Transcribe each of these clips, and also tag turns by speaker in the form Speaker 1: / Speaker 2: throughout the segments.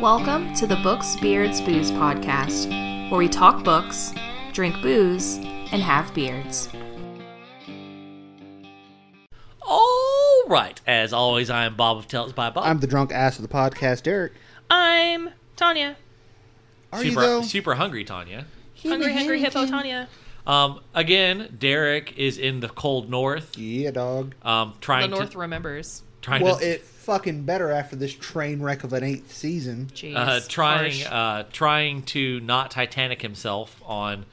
Speaker 1: Welcome to the Books, Beards, Booze podcast, where we talk books, drink booze, and have beards.
Speaker 2: All right. As always, I am Bob of Tales by Bob.
Speaker 3: I'm the drunk ass of the podcast, Derek.
Speaker 4: I'm Tanya.
Speaker 3: Are
Speaker 2: super,
Speaker 3: you though?
Speaker 2: super hungry, Tanya.
Speaker 4: Hungry, hungry hippo Tanya.
Speaker 2: Um, again, Derek is in the cold north,
Speaker 3: Yeah, dog.
Speaker 2: um,
Speaker 4: The
Speaker 2: trying
Speaker 4: North
Speaker 2: to
Speaker 4: remembers.
Speaker 2: trying
Speaker 3: well,
Speaker 2: to
Speaker 3: it fucking better after this train wreck of an eighth season.
Speaker 4: Jeez.
Speaker 2: uh, trying
Speaker 4: Harsh.
Speaker 2: uh, trying to not Titanic himself on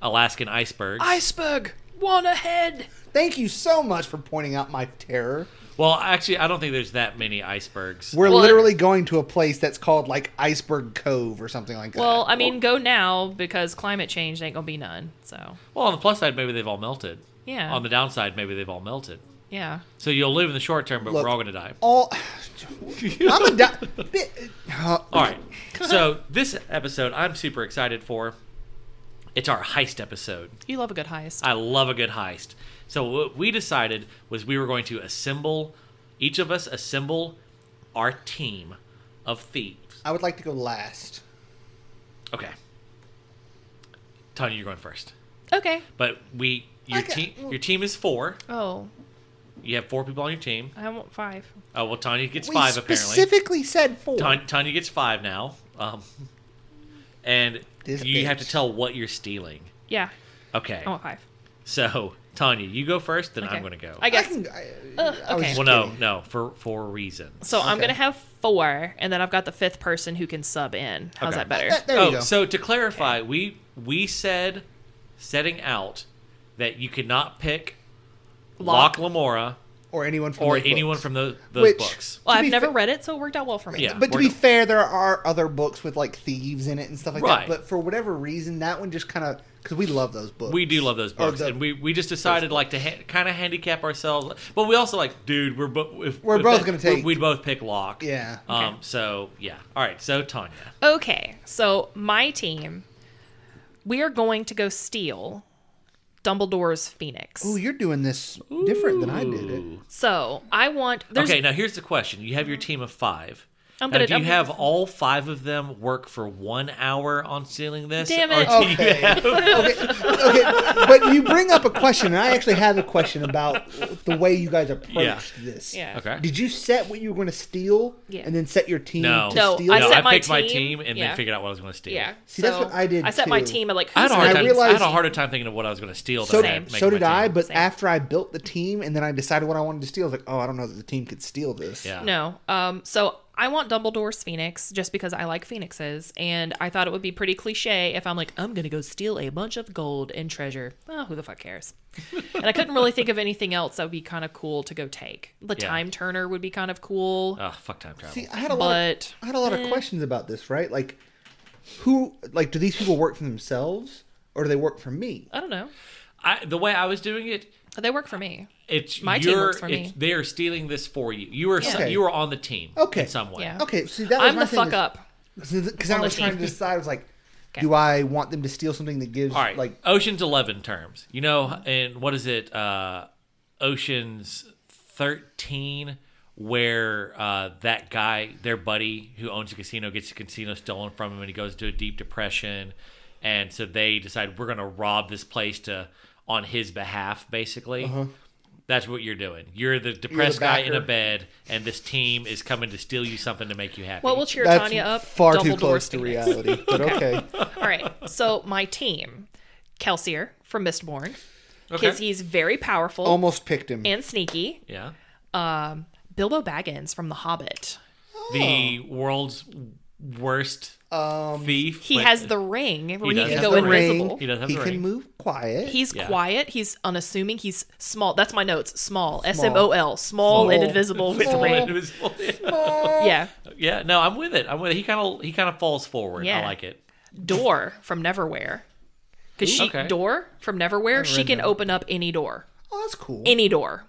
Speaker 2: Alaskan icebergs.
Speaker 4: Iceberg, one ahead.
Speaker 3: Thank you so much for pointing out my terror.
Speaker 2: well, actually, I don't think there's that many icebergs.
Speaker 3: We're
Speaker 4: Well,
Speaker 3: literally going to a place that's called like Iceberg Cove or something like
Speaker 4: Well,
Speaker 3: that.
Speaker 4: I mean, go now because climate change ain't gonna be none. So,
Speaker 2: well, on the plus side, maybe they've all melted.
Speaker 4: Yeah.
Speaker 2: On the downside, maybe they've all melted.
Speaker 4: yeah.
Speaker 2: So you'll live in the short term, but
Speaker 3: Look,
Speaker 2: we're all going to die.
Speaker 3: all. I'm a di- bit, uh,
Speaker 2: All right. So this episode, I'm super excited for. It's our heist episode.
Speaker 4: You love a good heist.
Speaker 2: I love a good heist. So what we decided was we were going to assemble, each of us assemble our team of thieves.
Speaker 3: I would like to go last.
Speaker 2: Okay. Tanya, you're going first.
Speaker 4: okay.
Speaker 2: But we, your
Speaker 3: Okay.
Speaker 2: team, your team is four.
Speaker 4: Oh,
Speaker 2: You have four people on your team.
Speaker 4: I want five.
Speaker 2: Oh well, Tanya gets
Speaker 3: we
Speaker 2: five apparently.
Speaker 3: specifically said four.
Speaker 2: Tanya, Tanya gets five now. Um, and
Speaker 3: This
Speaker 2: you have to
Speaker 3: bitch.
Speaker 2: tell what you're stealing.
Speaker 4: Yeah,
Speaker 2: Okay.
Speaker 4: I want five.
Speaker 2: So, Tanya, you go first, then I'm
Speaker 4: Okay.
Speaker 2: going to go.
Speaker 4: I
Speaker 3: I
Speaker 4: guess. Uh,
Speaker 3: can. I,
Speaker 4: Ugh,
Speaker 3: I was
Speaker 4: okay.
Speaker 3: just
Speaker 2: well, no,
Speaker 3: kidding.
Speaker 2: no, for for a reason.
Speaker 4: so I'm
Speaker 3: Okay.
Speaker 4: gonna have four, and then I've got the fifth person who can sub in. How's
Speaker 2: Okay.
Speaker 4: that better?
Speaker 3: That- there
Speaker 2: oh,
Speaker 3: you go.
Speaker 2: so to clarify, we we said setting out that you could not pick Locke,
Speaker 4: Locke.
Speaker 2: Lamora
Speaker 3: or anyone from
Speaker 2: or
Speaker 3: those
Speaker 2: anyone
Speaker 3: books.
Speaker 2: from those those
Speaker 3: Which-
Speaker 2: books.
Speaker 4: Well,
Speaker 3: To be
Speaker 4: I've never
Speaker 3: fa-
Speaker 4: read it, so it worked out well for me.
Speaker 2: Yeah.
Speaker 3: but to
Speaker 2: we're
Speaker 3: be
Speaker 2: not-
Speaker 3: fair, there are other books with like thieves in it and stuff like
Speaker 2: Right.
Speaker 3: that. But for whatever reason, that one just kind of because we love those books.
Speaker 2: We do love those
Speaker 3: Or
Speaker 2: books,
Speaker 3: Oh, the-
Speaker 2: and we, we just decided like to ha- kind of handicap ourselves, but we also like, dude, we're bo- if,
Speaker 3: We're
Speaker 2: if
Speaker 3: both
Speaker 2: that-
Speaker 3: gonna take-
Speaker 2: We'd both pick Locke.
Speaker 3: Yeah.
Speaker 2: Um.
Speaker 4: Okay.
Speaker 2: So yeah. All right. So Tanya.
Speaker 4: Okay, so my team, we are going to go steal Dumbledore's Phoenix.
Speaker 3: Ooh, you're doing this different than I did it.
Speaker 4: So I want there's
Speaker 2: okay. Now here's the question: You have your team of five.
Speaker 4: I'm
Speaker 2: Now,
Speaker 4: gonna-
Speaker 2: do you
Speaker 4: I'm gonna-
Speaker 2: have all five of them work for one hour on stealing this?
Speaker 4: Damn
Speaker 2: or
Speaker 4: it.
Speaker 2: do you
Speaker 3: Okay. okay. Okay. But you bring up a question, and I actually have a question about the way you guys approached
Speaker 2: Yeah.
Speaker 3: this.
Speaker 4: Yeah.
Speaker 2: Okay.
Speaker 3: Did you set what you were going to steal,
Speaker 4: Yeah.
Speaker 3: and then set your team
Speaker 2: No.
Speaker 3: to
Speaker 4: No,
Speaker 3: steal?
Speaker 4: I
Speaker 3: it?
Speaker 2: no,
Speaker 4: set
Speaker 2: I
Speaker 4: my
Speaker 2: picked my
Speaker 4: team,
Speaker 2: team and
Speaker 4: yeah.
Speaker 2: then figured out what I was going to steal.
Speaker 4: yeah.
Speaker 3: See, that's
Speaker 4: so
Speaker 3: what I did,
Speaker 4: I set my
Speaker 3: too.
Speaker 4: team at like
Speaker 2: I
Speaker 4: who's
Speaker 2: had, a
Speaker 4: my
Speaker 2: hard time,
Speaker 3: And I
Speaker 2: I
Speaker 3: realized-
Speaker 2: had a harder time thinking of what I was going to steal.
Speaker 3: So,
Speaker 2: than I had making
Speaker 3: so
Speaker 2: my
Speaker 3: did I,
Speaker 2: team.
Speaker 3: but
Speaker 4: Same.
Speaker 3: after I built the team and then I decided what I wanted to steal, I was like, oh, I don't know that the team could steal this.
Speaker 2: yeah.
Speaker 4: No. Um. So I want Dumbledore's Phoenix just because I like phoenixes, and I thought it would be pretty cliche if I'm like, I'm gonna go steal a bunch of gold and treasure. Oh, who the fuck cares? and I couldn't really think of anything else that would be kind of cool to go take. The
Speaker 2: Yeah.
Speaker 4: time turner would be kind of cool,
Speaker 2: Oh, fuck time travel.
Speaker 3: See, I had a lot. Of,
Speaker 4: but eh.
Speaker 3: I had a lot of questions about this, right? Like, who, like, do these people work for themselves or do they work for me?
Speaker 4: I don't know.
Speaker 2: I, the way I was doing it,
Speaker 4: They work for me.
Speaker 2: it's
Speaker 4: My team
Speaker 2: your,
Speaker 4: works for
Speaker 2: it's-
Speaker 4: me.
Speaker 2: They are stealing this for you. You are
Speaker 3: Okay.
Speaker 2: you are on the team.
Speaker 3: Okay.
Speaker 2: In some way.
Speaker 4: Yeah.
Speaker 3: Okay, see, that was
Speaker 4: Oh. I'm
Speaker 3: my
Speaker 4: the fuck up.
Speaker 3: because I
Speaker 4: on the
Speaker 3: was trying to
Speaker 4: team.
Speaker 3: decide. I was like, do I want them to steal something that gives
Speaker 2: All right.
Speaker 3: like?
Speaker 2: Ocean's Eleven terms. You know, and what is it? Uh, Ocean's Thirteen. Where uh, that guy, their buddy who owns the casino, gets the casino stolen from him, and he goes into a deep depression, and so they decide we're gonna rob this place to on his behalf, basically. That's what you're doing. You're the depressed guy in a
Speaker 3: backer.
Speaker 2: bed, and this team is coming to steal you something to make you happy.
Speaker 4: Well, we'll cheer
Speaker 3: That's
Speaker 4: Tanya up.
Speaker 3: far too
Speaker 4: Dumbledore's
Speaker 3: close to
Speaker 4: Phoenix.
Speaker 3: reality, but okay.
Speaker 4: All right. So my team, Kelsier from Mistborn, because he's very powerful
Speaker 3: Almost picked him.
Speaker 4: and sneaky.
Speaker 2: yeah.
Speaker 4: Bilbo Baggins from The Hobbit.
Speaker 2: The world's worst thief.
Speaker 4: He
Speaker 2: but-
Speaker 4: has the ring where he,
Speaker 2: does
Speaker 4: can
Speaker 2: have
Speaker 4: go
Speaker 2: the ring.
Speaker 4: invisible.
Speaker 2: He does have
Speaker 3: he
Speaker 2: the
Speaker 3: can
Speaker 2: ring.
Speaker 3: move quiet.
Speaker 4: He's
Speaker 2: Yeah.
Speaker 4: quiet. He's unassuming. He's small. That's my notes. Small. S M O L. Small and
Speaker 3: Small.
Speaker 4: invisible with
Speaker 2: Small
Speaker 4: ring.
Speaker 2: invisible.
Speaker 4: Yeah.
Speaker 2: yeah, no, I'm with it. I'm with it. He kind of he kind of falls forward. I
Speaker 4: Yeah.
Speaker 2: like it.
Speaker 4: Door from Neverwhere. Because she
Speaker 2: Okay.
Speaker 4: door from Neverwhere, she can open up any door.
Speaker 3: oh, that's cool.
Speaker 4: Any door.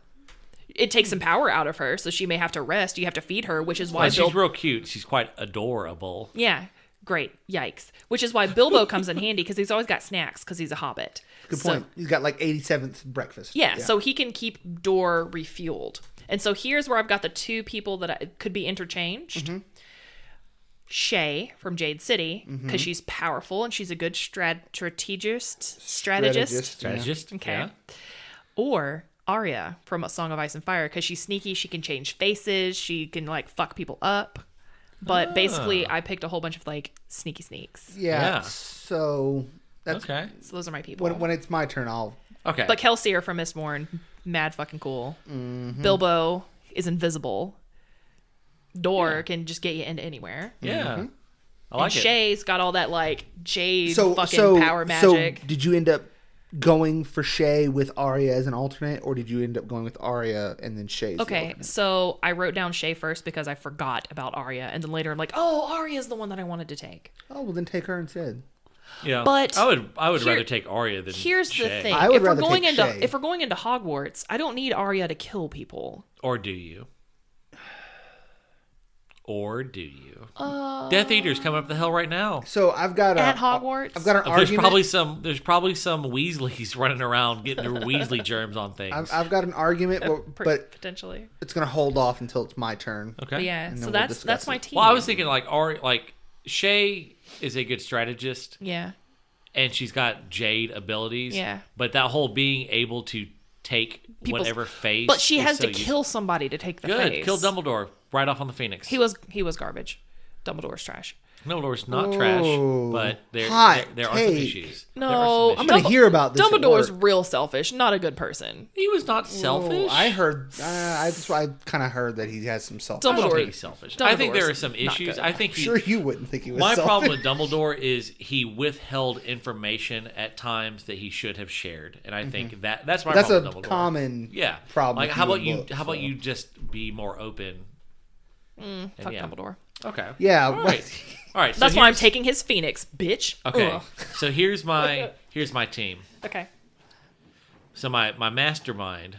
Speaker 4: It takes some power out of her, so she may have to rest. You have to feed her, which is why
Speaker 2: And
Speaker 4: Bilbo
Speaker 2: she's real cute. She's quite adorable.
Speaker 4: Yeah. Great. Yikes. Which is why Bilbo comes in handy because he's always got snacks because he's a hobbit.
Speaker 3: Good
Speaker 4: So-
Speaker 3: point. He's got like 87th breakfast.
Speaker 4: yeah, So he can keep Dor uh, refueled. And so here's where I've got the two people that I, could be interchanged. Shay from Jade City because she's powerful and she's a good strat- strategist. Strategist.
Speaker 2: That's
Speaker 3: yeah.
Speaker 2: just
Speaker 4: Okay.
Speaker 2: yeah.
Speaker 4: Or Arya from A Song of Ice and Fire because she's sneaky. She can change faces. She can like fuck people up. But
Speaker 2: Ah.
Speaker 4: basically, I picked a whole bunch of like sneaky sneaks.
Speaker 3: Yeah,
Speaker 2: Yeah.
Speaker 3: So that's
Speaker 2: Okay.
Speaker 4: So those are my people.
Speaker 3: when, when it's my turn. I'll
Speaker 2: Okay.
Speaker 4: But Kelsey are from Miss Morn, mad fucking cool.
Speaker 3: Mm-hmm.
Speaker 4: Bilbo is invisible. Door can just get you into anywhere.
Speaker 2: yeah.
Speaker 3: Mm-hmm.
Speaker 2: I like
Speaker 4: and
Speaker 2: it.
Speaker 4: Shay's got all that like jade
Speaker 3: so
Speaker 4: fucking
Speaker 3: so
Speaker 4: power
Speaker 3: so.
Speaker 4: magic.
Speaker 3: Did you end up going for Shay with Arya as an alternate, or did you end up going with Arya and then Shay?
Speaker 4: okay, so I wrote down Shay first because I forgot about Arya, and then later I'm like, oh, Arya's the one that I wanted to take.
Speaker 3: Oh well, then take her instead.
Speaker 2: Yeah.
Speaker 4: But
Speaker 2: I would I would
Speaker 4: here-
Speaker 2: rather take Arya than
Speaker 4: Here's
Speaker 2: Shay.
Speaker 4: the thing:
Speaker 3: I would
Speaker 4: if we're
Speaker 3: rather
Speaker 4: going
Speaker 3: take
Speaker 4: into
Speaker 3: Shay.
Speaker 4: if we're going into Hogwarts, I don't need Arya to kill people.
Speaker 2: Or do you? Or do you?
Speaker 4: Uh,
Speaker 2: Death Eater's coming up the hill right now.
Speaker 3: So I've got a,
Speaker 4: At Hogwarts?
Speaker 3: I've got an
Speaker 2: there's
Speaker 3: argument.
Speaker 2: probably some there's probably some Weasleys running around getting their Weasley germs on things.
Speaker 3: I've, I've got an argument, but-
Speaker 4: per-
Speaker 3: but
Speaker 4: potentially,
Speaker 3: it's gonna hold off until it's my turn.
Speaker 2: okay.
Speaker 4: but yeah.
Speaker 3: And
Speaker 4: So
Speaker 3: then we'll
Speaker 4: that's
Speaker 3: discuss
Speaker 4: that's my
Speaker 3: it.
Speaker 4: team.
Speaker 2: Well, I was thinking like Ari like Shay is a good strategist
Speaker 4: yeah,
Speaker 2: and she's got jade abilities.
Speaker 4: Yeah.
Speaker 2: But that whole being able to take
Speaker 4: People's-
Speaker 2: whatever face
Speaker 4: but she
Speaker 2: is
Speaker 4: has
Speaker 2: so
Speaker 4: to
Speaker 2: useful.
Speaker 4: kill somebody to take the
Speaker 2: Good.
Speaker 4: face.
Speaker 2: Kill Dumbledore right off on the Phoenix.
Speaker 4: He was he was garbage. Dumbledore's trash.
Speaker 2: Dumbledore's not trash,
Speaker 3: Oh,
Speaker 2: but there
Speaker 3: hot
Speaker 2: there, there are some
Speaker 3: take.
Speaker 2: issues. There are
Speaker 4: No,
Speaker 2: some
Speaker 3: I'm gonna
Speaker 2: issues.
Speaker 4: Dumble-
Speaker 3: hear about this at
Speaker 4: Dumbledore's
Speaker 3: work.
Speaker 4: real selfish, not a good person.
Speaker 2: He was not selfish.
Speaker 3: Oh, I heard. Uh, I just I kind of heard that he has some self.
Speaker 2: I don't
Speaker 4: Dumbledore-
Speaker 2: think he's selfish. I think there are
Speaker 4: Dumbledore's
Speaker 2: some
Speaker 4: not
Speaker 2: issues.
Speaker 4: good.
Speaker 2: I think he,
Speaker 3: sure, you wouldn't think he was.
Speaker 2: my
Speaker 3: selfish.
Speaker 2: problem with Dumbledore is he withheld information at times that he should have shared, and I think that that's my
Speaker 3: Mm-hmm. That's a
Speaker 2: problem with Dumbledore.
Speaker 3: common
Speaker 2: yeah
Speaker 3: problem.
Speaker 2: Like
Speaker 3: if
Speaker 2: how about
Speaker 3: read
Speaker 2: you?
Speaker 3: books,
Speaker 2: how about
Speaker 3: so.
Speaker 2: you just be more open? And
Speaker 4: Fuck
Speaker 2: yeah.
Speaker 4: Dumbledore.
Speaker 2: Okay.
Speaker 3: Yeah.
Speaker 2: All right. All right. So
Speaker 4: That's why I'm
Speaker 2: here's-
Speaker 4: taking his phoenix, bitch.
Speaker 2: Okay.
Speaker 4: Ugh.
Speaker 2: So here's my here's my team.
Speaker 4: Okay.
Speaker 2: So my my mastermind.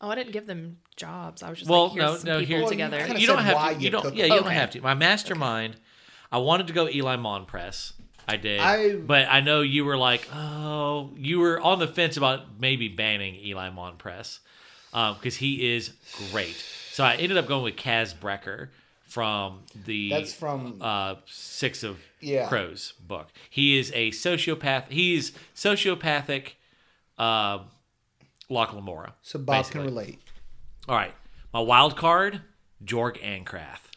Speaker 4: Oh, I didn't give them jobs. I was just
Speaker 2: Well,
Speaker 4: like, here's
Speaker 2: no,
Speaker 4: some
Speaker 2: no.
Speaker 4: people
Speaker 2: Here,
Speaker 4: together.
Speaker 3: kinda
Speaker 2: you don't
Speaker 3: said why
Speaker 2: have to.
Speaker 3: you
Speaker 2: You
Speaker 3: took
Speaker 2: don't. Yeah,
Speaker 3: them.
Speaker 2: you don't
Speaker 4: Okay.
Speaker 2: have to. My mastermind. I wanted to go Eli Monpress. I did,
Speaker 3: I-
Speaker 2: but I know you were like, oh, you were on the fence about maybe banning Eli Monpress because he is great. So I ended up going with Kaz Brecker from the
Speaker 3: That's from-
Speaker 2: uh, Six of
Speaker 3: Mm. Yeah.
Speaker 2: Crows book. He is a sociopath. He's sociopathic. Uh, Loch Lamora.
Speaker 3: So Bob
Speaker 2: basically.
Speaker 3: can relate.
Speaker 2: All right. My wild card, Jorg Ancrath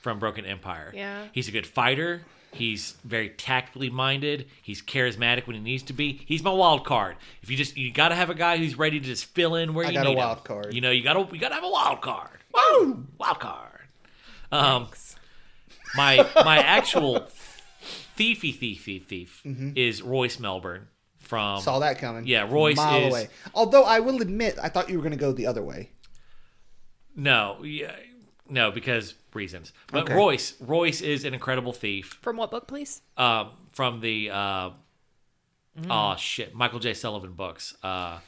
Speaker 2: from Broken Empire.
Speaker 4: Yeah.
Speaker 2: He's a good fighter. He's very tactically minded. He's charismatic when he needs to be. He's my wild card. If you just you got to have a guy who's ready to just fill in where
Speaker 3: I
Speaker 2: you
Speaker 3: got a
Speaker 2: need him.
Speaker 3: wild card.
Speaker 2: You know, you got to you got to have a wild card. Woo! Wild card. Um my my actual thiefy thief thief thief is Royce Melbourne from
Speaker 3: Mm-hmm. Saw that coming.
Speaker 2: Yeah, Royce
Speaker 3: mile
Speaker 2: is-
Speaker 3: away. Although I will admit, I thought you were going to go the other way.
Speaker 2: No, yeah, no, because reasons. But
Speaker 3: Okay.
Speaker 2: Royce, Royce is an incredible thief
Speaker 4: From what book, please?
Speaker 2: um, from the uh,
Speaker 4: Mm.
Speaker 2: oh shit, Michael J. Sullivan books. Uh,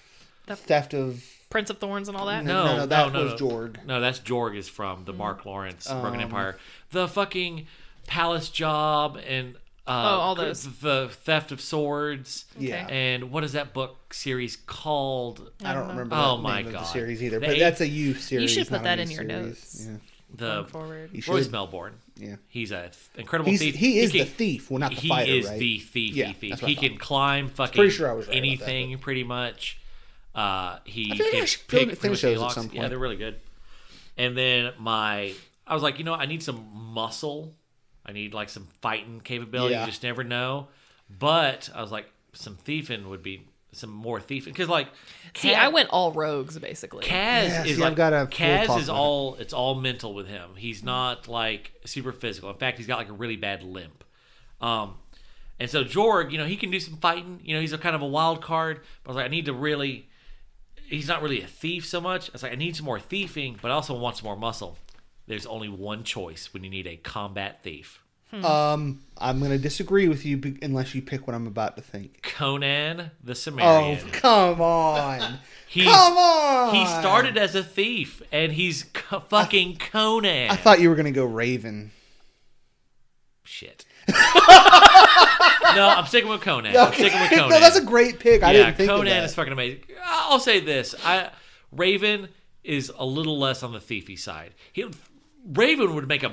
Speaker 3: Theft of
Speaker 4: Prince of Thorns and all that?
Speaker 2: no,
Speaker 3: no,
Speaker 2: no,
Speaker 3: no,
Speaker 2: no,
Speaker 3: that
Speaker 2: no,
Speaker 3: was Jorg.
Speaker 2: No, that's Jorg is from the
Speaker 4: Mm.
Speaker 2: Mark Lawrence
Speaker 3: Oh.
Speaker 2: Broken Empire, the fucking palace job and. Uh,
Speaker 4: Oh, all those.
Speaker 2: The theft of swords.
Speaker 3: Yeah.
Speaker 2: And what is that book series called?
Speaker 3: I don't remember
Speaker 2: Oh
Speaker 3: the
Speaker 2: my
Speaker 3: name of
Speaker 2: God.
Speaker 3: the series either,
Speaker 2: The
Speaker 3: but
Speaker 2: eight-
Speaker 3: that's a you series.
Speaker 4: should
Speaker 3: not
Speaker 4: put
Speaker 3: a
Speaker 4: that
Speaker 3: me
Speaker 4: in
Speaker 3: series.
Speaker 4: your notes.
Speaker 3: Yeah.
Speaker 2: The
Speaker 4: Going forward.
Speaker 3: You
Speaker 2: Royce
Speaker 3: should.
Speaker 2: Melbourne.
Speaker 3: Yeah.
Speaker 2: He's a th- incredible
Speaker 3: He's,
Speaker 2: thief.
Speaker 3: he is
Speaker 2: can-
Speaker 3: the thief. Well, not the
Speaker 2: he
Speaker 3: fighter,
Speaker 2: is
Speaker 3: right?
Speaker 2: the thief.
Speaker 3: Yeah,
Speaker 2: thief, thief.
Speaker 3: that's what I
Speaker 2: He
Speaker 3: thought.
Speaker 2: can climb fucking
Speaker 3: pretty sure I was right about that,
Speaker 2: anything, pretty much. Uh, he
Speaker 3: feel like
Speaker 2: can
Speaker 3: I should
Speaker 2: pick
Speaker 3: finish
Speaker 2: pretty much
Speaker 3: those at
Speaker 2: locks.
Speaker 3: some
Speaker 2: Yeah,
Speaker 3: point.
Speaker 2: they're really good. And then my, I was like, you know, I need some muscle. I need like some fighting capability.
Speaker 3: Yeah.
Speaker 2: You just never know. But I was like, some thiefing would be some more thiefing because like,
Speaker 4: See,
Speaker 2: Cad-
Speaker 4: I went all rogues, basically.
Speaker 2: Kaz
Speaker 3: Yeah,
Speaker 2: is
Speaker 3: see, I've
Speaker 2: like
Speaker 3: gotta- we'll
Speaker 2: Kaz
Speaker 3: talk
Speaker 2: is
Speaker 3: about
Speaker 2: all it's all mental with him. He's not like super physical. In fact, he's got like a really bad limp. Um, and so Jorg, you know, he can do some fighting. You know, he's a kind of a wild card. But I was like, I need to really. He's not really a thief so much. I was like, I need some more thieving, but I also want some more muscle. There's only one choice when you need a combat thief.
Speaker 4: Hmm.
Speaker 3: Um, I'm going to disagree with you be- unless you pick what I'm about to think.
Speaker 2: Conan the
Speaker 3: Oh,
Speaker 2: Sumerian.
Speaker 3: come on.
Speaker 2: He's-
Speaker 3: come on.
Speaker 2: He started as a thief, and he's co- fucking Conan.
Speaker 3: I thought you were going to go Raven.
Speaker 2: Shit. no, I'm sticking with Conan. I'm sticking with Conan.
Speaker 3: no, that's a great pick. I
Speaker 2: yeah,
Speaker 3: didn't think
Speaker 2: Conan
Speaker 3: of that.
Speaker 2: is fucking amazing. I'll say this: I Raven is a little less on the thiefy side. He, Raven would make a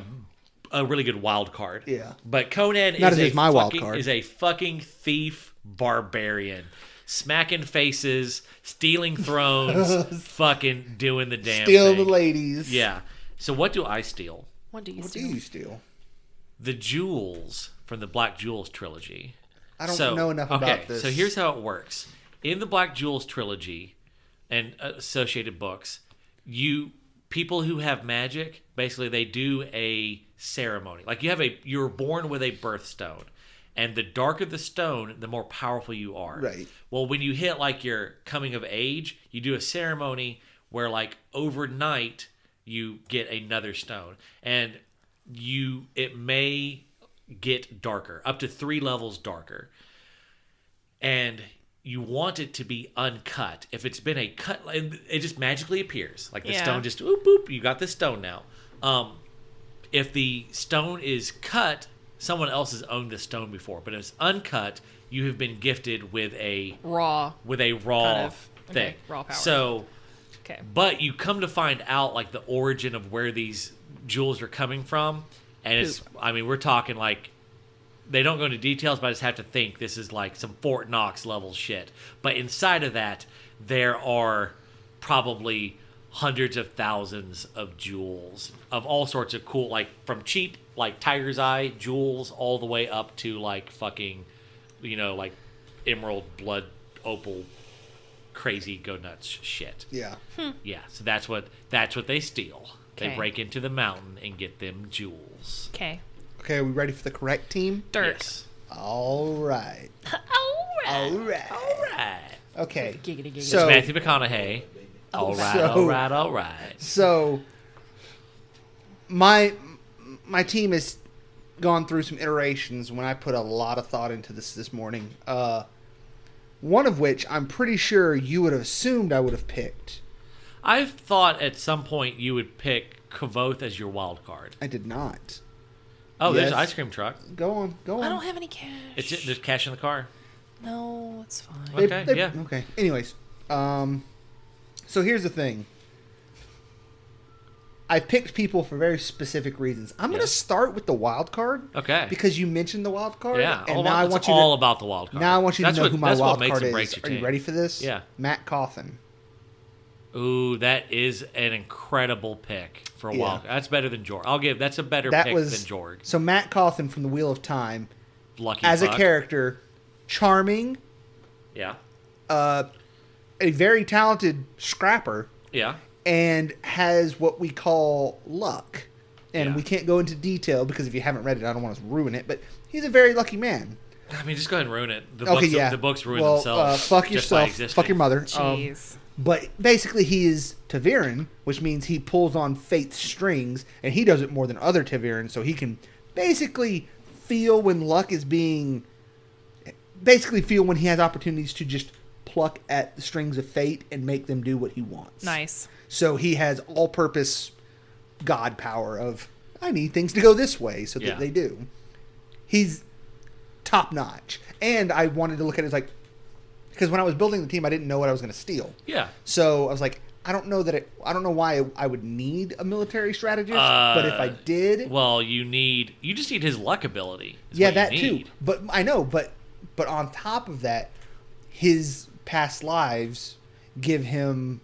Speaker 2: a really good wild card.
Speaker 3: Yeah.
Speaker 2: But Conan
Speaker 3: Not
Speaker 2: is,
Speaker 3: if
Speaker 2: a
Speaker 3: he's my wild
Speaker 2: fucking-
Speaker 3: card.
Speaker 2: is a fucking thief barbarian. Smacking faces, stealing thrones, fucking doing the damn
Speaker 3: Steal
Speaker 2: thing.
Speaker 3: the ladies.
Speaker 2: Yeah. So what do I steal?
Speaker 4: What do you
Speaker 3: What do
Speaker 4: steal?
Speaker 3: you steal?
Speaker 2: The jewels from the Black Jewels trilogy.
Speaker 3: I don't know enough about this.
Speaker 2: So here's how it works. In the Black Jewels trilogy and uh, associated books, you people who have magic basically they do a ceremony. Like you have a you're born with a birthstone, and the darker the stone, the more powerful you are.
Speaker 3: Right.
Speaker 2: Well, when you hit like your coming of age, you do a ceremony where like overnight you get another stone and you it may get darker, up to 3 levels darker and you want it to be uncut. If it's been a cut, and it just magically appears. Like the
Speaker 4: Yeah.
Speaker 2: stone just oop oop. You got this stone now. Um, if the stone is cut, someone else has owned the stone before. But if it's uncut, you have been gifted with a
Speaker 4: Raw.
Speaker 2: with a raw
Speaker 4: Kind of. Okay,
Speaker 2: thing.
Speaker 4: raw power.
Speaker 2: So
Speaker 4: Okay.
Speaker 2: but you come to find out like the origin of where these jewels are coming from, and it's I mean we're talking like they don't go into details, but I just have to think this is like some Fort Knox level shit. But inside of that, there are probably hundreds of thousands of jewels of all sorts of cool, like from cheap like tiger's eye jewels all the way up to like fucking, you know, like emerald, blood, opal, crazy go nuts shit.
Speaker 3: yeah.
Speaker 2: Yeah, so that's what that's what they steal. They
Speaker 4: Okay.
Speaker 2: break into the mountain and get them jewels.
Speaker 4: Okay.
Speaker 3: Okay, are we ready for the correct team?
Speaker 4: Dirk.
Speaker 2: Yes.
Speaker 3: All right.
Speaker 4: All Oh, right.
Speaker 3: All right.
Speaker 2: Right.
Speaker 3: Okay.
Speaker 4: Giggity, giggity.
Speaker 3: So
Speaker 2: Matthew McConaughey. All right,
Speaker 3: so-
Speaker 2: all right, all right.
Speaker 3: so my my team has gone through some iterations when I put a lot of thought into this this morning. Uh, one of which I'm pretty sure you would have assumed I would have picked.
Speaker 2: I thought at some point you would pick Kavoth as your wild card.
Speaker 3: I did not.
Speaker 2: Oh, there's
Speaker 3: Yes.
Speaker 2: an ice cream truck.
Speaker 3: Go on. Go on.
Speaker 4: I don't have any cash.
Speaker 2: It's it, there's cash in the car.
Speaker 4: No, it's fine.
Speaker 3: They-
Speaker 2: Okay,
Speaker 3: they-
Speaker 2: yeah.
Speaker 3: Okay. Anyways, um, so here's the thing. I picked people for very specific reasons. I'm going
Speaker 2: Yeah.
Speaker 3: to start with the wild card.
Speaker 2: Okay.
Speaker 3: Because you mentioned the wild card.
Speaker 2: yeah,
Speaker 3: And
Speaker 2: all
Speaker 3: now
Speaker 2: about,
Speaker 3: I
Speaker 2: it's
Speaker 3: want you.
Speaker 2: all
Speaker 3: to,
Speaker 2: about the wild card.
Speaker 3: now I want you to
Speaker 2: That's
Speaker 3: know
Speaker 2: what-
Speaker 3: who my
Speaker 2: that's what
Speaker 3: wild
Speaker 2: makes
Speaker 3: card
Speaker 2: and
Speaker 3: is.
Speaker 2: breaks your
Speaker 3: Are you
Speaker 2: team.
Speaker 3: ready for this?
Speaker 2: Yeah.
Speaker 3: Matt Coffin.
Speaker 2: Ooh, that is an incredible pick for a
Speaker 3: Yeah.
Speaker 2: wild. That's better than Jorg. I'll give that's a better
Speaker 3: That
Speaker 2: pick
Speaker 3: was
Speaker 2: than Jorg.
Speaker 3: so Matt Coffin from the Wheel of Time
Speaker 2: Lucky
Speaker 3: as a
Speaker 2: fuck.
Speaker 3: character, charming,
Speaker 2: Yeah,
Speaker 3: uh, a very talented scrapper,
Speaker 2: yeah.
Speaker 3: and has what we call luck. And
Speaker 2: Yeah.
Speaker 3: we can't go into detail because if you haven't read it, I don't want to ruin it. But he's a very lucky man.
Speaker 2: I mean, just go ahead and ruin it. The
Speaker 3: okay,
Speaker 2: books,
Speaker 3: yeah.
Speaker 2: the books ruin
Speaker 3: well,
Speaker 2: themselves.
Speaker 3: Uh, fuck
Speaker 2: just by
Speaker 3: yourself.
Speaker 2: existing.
Speaker 3: Fuck your mother. Um,
Speaker 4: Jeez.
Speaker 3: but basically, he is Taviran, which means he pulls on fate's strings, and he does it more than other Taviran, so he can basically feel when luck is being. Basically, feel when he has opportunities to just pluck at the strings of fate and make them do what he wants.
Speaker 4: nice.
Speaker 3: So he has all purpose God power of I need things to go this way so that
Speaker 2: Yeah.
Speaker 3: they do. He's top notch. And I wanted to look at it as like because when I was building the team I didn't know what I was going to steal.
Speaker 2: Yeah.
Speaker 3: So I was like I don't know that it, I don't know why I would need a military strategist, but if I
Speaker 2: Uh,
Speaker 3: did,
Speaker 2: Well, you need you just need his luck ability. is
Speaker 3: yeah,
Speaker 2: what you
Speaker 3: that
Speaker 2: need.
Speaker 3: too. But I know, but but on top of that, his past lives give him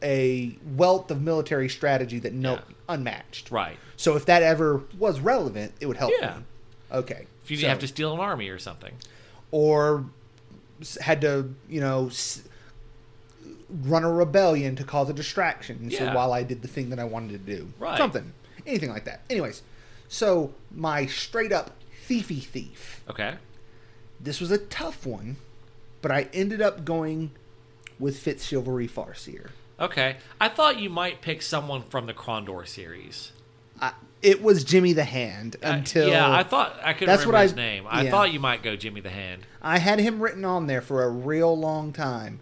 Speaker 3: a wealth of military strategy that no
Speaker 2: Yeah.
Speaker 3: unmatched.
Speaker 2: Right.
Speaker 3: So if that ever was relevant, it would help.
Speaker 2: Yeah.
Speaker 3: Me. Okay.
Speaker 2: If you
Speaker 3: so-
Speaker 2: have to steal an army or something.
Speaker 3: or s- had to, you know, s- run a rebellion to cause a distraction. So
Speaker 2: Yeah.
Speaker 3: while I did the thing that I wanted to do,
Speaker 2: Right.
Speaker 3: something, anything like that. Anyways, so my straight up thiefy thief.
Speaker 2: Okay.
Speaker 3: This was a tough one, but I ended up going with Fitzchivalry Farseer.
Speaker 2: Okay. I thought you might pick someone from the Krondor series.
Speaker 3: I, it was Jimmy the Hand
Speaker 2: I-
Speaker 3: until
Speaker 2: Uh, yeah, I thought I could
Speaker 3: That's
Speaker 2: remember
Speaker 3: what I-
Speaker 2: his name. I
Speaker 3: yeah.
Speaker 2: thought you might go Jimmy the Hand.
Speaker 3: I had him written on there for a real long time,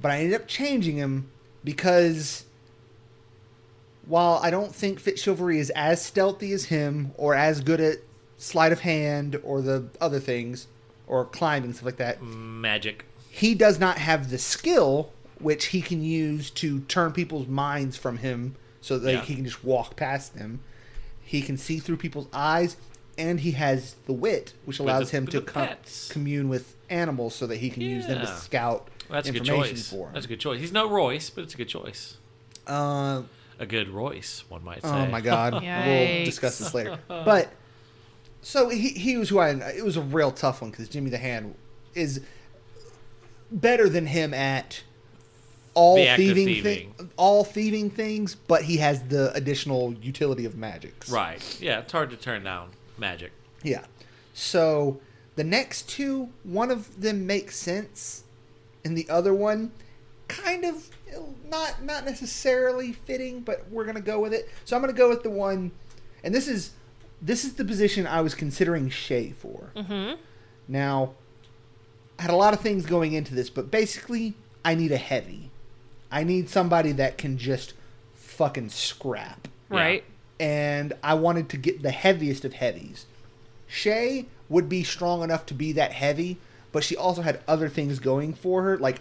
Speaker 3: but I ended up changing him because while I don't think Fitzchivalry is as stealthy as him or as good at sleight of hand or the other things or climbing stuff like that,
Speaker 2: Mm. Magic.
Speaker 3: he does not have the skill which he can use to turn people's minds from him so that
Speaker 2: Yeah.
Speaker 3: he can just walk past them. He can see through people's eyes, and he has the wit, which allows
Speaker 2: the-
Speaker 3: him
Speaker 2: with
Speaker 3: to
Speaker 2: the
Speaker 3: com-
Speaker 2: pets.
Speaker 3: commune with animals so that he can use them to
Speaker 2: Yeah.
Speaker 3: scout
Speaker 2: That's a good
Speaker 3: information
Speaker 2: choice.
Speaker 3: for him.
Speaker 2: That's a good choice. He's no Royce, but it's a good choice.
Speaker 3: Uh,
Speaker 2: A good Royce, one might say.
Speaker 3: Oh my god. we'll
Speaker 4: Yikes.
Speaker 3: discuss this later. But so he, he was who I it was a real tough one because Jimmy the Hand is better than him at all
Speaker 2: The act of
Speaker 3: thieving,
Speaker 2: thieving.
Speaker 3: thi- all thieving things, but he has the additional utility of magic.
Speaker 2: Right. Yeah, it's hard to turn down magic.
Speaker 3: Yeah. So the next two, one of them makes sense, and the other one, kind of not not necessarily fitting, but we're gonna go with it. So I'm gonna go with the one, and this is this is the position I was considering Shay for.
Speaker 4: Mm-hmm.
Speaker 3: Now, I had a lot of things going into this, but basically, I need a heavy. I need somebody that can just fucking scrap
Speaker 2: Yeah.
Speaker 4: Right.
Speaker 3: and I wanted to get the heaviest of heavies. Shay would be strong enough to be that heavy, but she also had other things going for her. Like